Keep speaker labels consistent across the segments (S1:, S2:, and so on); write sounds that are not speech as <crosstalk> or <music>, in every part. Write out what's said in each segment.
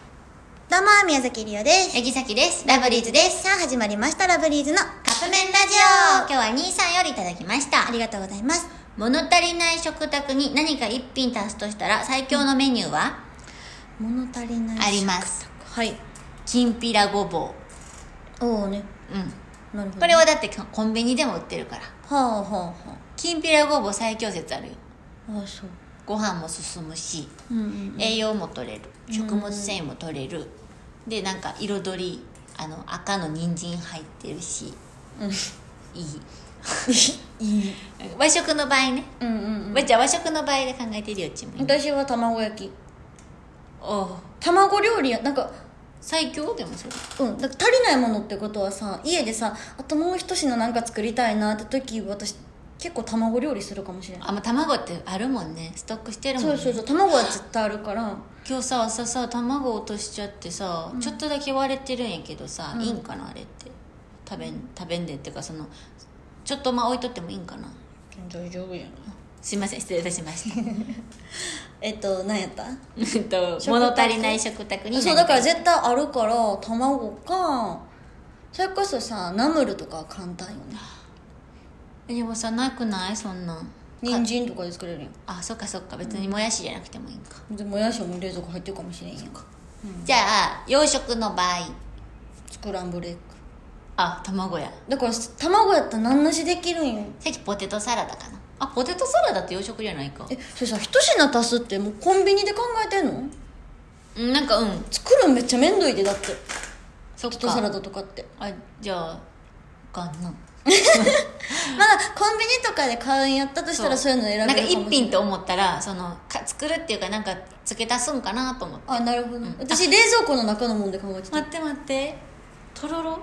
S1: どうも、宮崎りおです。
S2: ヤギサキです。
S1: ラブリーズです。さあ、始まりました、ラブリーズのカップ麺ラジ
S2: 今日は兄さんよりいただきまし
S1: オあ
S2: た。
S1: りがとうございます。
S2: 物足りない食卓に何か一品足すとしたら最強のメニューは
S1: 物足りない
S2: あります。
S1: はい。
S2: きんぴらごぼ
S1: おおね。
S2: う。うん。
S1: なるほど。
S2: これはだってコンビニでも売ってるから。
S1: はあ、はあ、は
S2: きんぴらごぼう最強説あるよ。
S1: あ。ああ、そう。
S2: ご飯も進むし、
S1: うんうん。
S2: 栄養も取れる。食物繊維も取れる。で、なんか彩り、あの、赤の人参入ってるし、いい。
S1: いい。
S2: 和食の場合ね。
S1: うんうん
S2: じゃあ和食の場合で考えてるよ、ち
S1: うん。
S2: む。
S1: 私は卵焼き。
S2: おう
S1: 卵料理や、なんか、
S2: 最強でもそれ。
S1: うん、だから足りないものってことはさ家でさあともう一品なんか作りたいなって時私結構卵料理するかもしれない
S2: あ、まあ、卵ってあるもんねストックしてるもん
S1: そう
S2: ね
S1: そうそう卵は絶対あるから
S2: 今日さ朝さ卵落としちゃってさ、ちょっとだけ割れてるんやけどさ、いいんかなあれって食べん食べんでっていうかそのちょっとまあ置いとってもいいんかな
S1: 大丈夫やな
S2: すいません失礼いたしました
S1: <laughs> えっと何やった
S2: うん
S1: 食
S2: と
S1: 卓
S2: 物足りない食卓に
S1: そうだから
S2: 何
S1: 絶対あるから卵かそれこそさナムルとかは簡単よね
S2: でもさなくないそんなん
S1: 人参とかで作れるやん
S2: あそっかそっか別にもやしじゃなくてもいいんか、
S1: でもやしも冷蔵庫入ってるかもしれんやんか
S2: じゃあ洋食の場合
S1: スクランブルエッグ
S2: あ卵や
S1: だから卵やったら何なしできるんよ
S2: さっきポテトサラダかなあポテトサラダって洋食じゃないか
S1: えそれさ一品足すってもうコンビニで考えてんの
S2: うんなんかうん
S1: 作るんめっちゃめんどいでだって
S2: そっ
S1: ポテトサラダとかって
S2: あじゃあかな
S1: まあコンビニとかで買うんやったとしたらそういうの選べる
S2: なんか
S1: かもしれな
S2: 一
S1: い
S2: 品と思ったらそのか作るっていうかなんか付け足すんかなと思って
S1: あなるほど、私冷蔵庫の中のもんで考えてた
S2: 待って待ってとろろ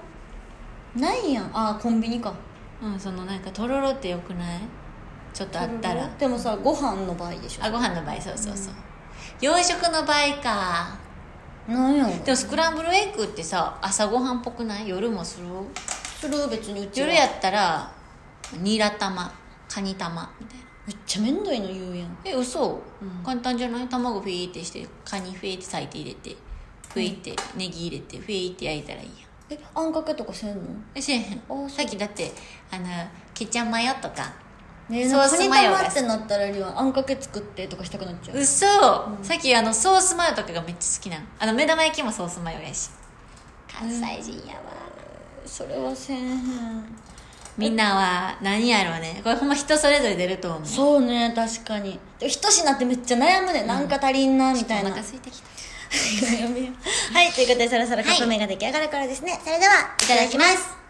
S1: ないやんあコンビニか
S2: うんそのなんかとろろってよくないちょっとあったら
S1: でもさご飯の場合でし
S2: あご飯の場合そうそうそう、洋食の場合か
S1: ょなんやろ
S2: でもスクランブルエッグってさ朝ごはんっぽくない夜もする
S1: それは別にうちは
S2: 夜やったらニラ玉カニ玉みたいな
S1: めっちゃめんどいの言うやん
S2: え嘘、簡単じゃない卵フィーってしてカニフィーって裂いて入れてフィーってネギ入れてフィーって焼いたらいいや
S1: え
S2: ん
S1: あんかけとかせんの
S2: えせえへ
S1: そうん
S2: さっきだってあのケチャマヨとか
S1: ねえ
S2: ソー
S1: カ
S2: ス
S1: ニ
S2: マヨが
S1: 玉ってなったらりはあんかけ作ってとかしたくなっちゃう
S2: 嘘、さっきあのソースマヨとかがめっちゃ好きなのあの目玉焼きもソースマヨやし関西人やわ、
S1: それはせんへん
S2: みんなは何やろうねこれほんま人それぞれ出ると思う
S1: そうね確かにで一品ってめっちゃ悩むね、なんか足りんなみたい
S2: お
S1: な
S2: 腹空いてきたい
S1: <laughs> はい、ということでそろそろカップ麺が出来上がるからですね、それではいただきます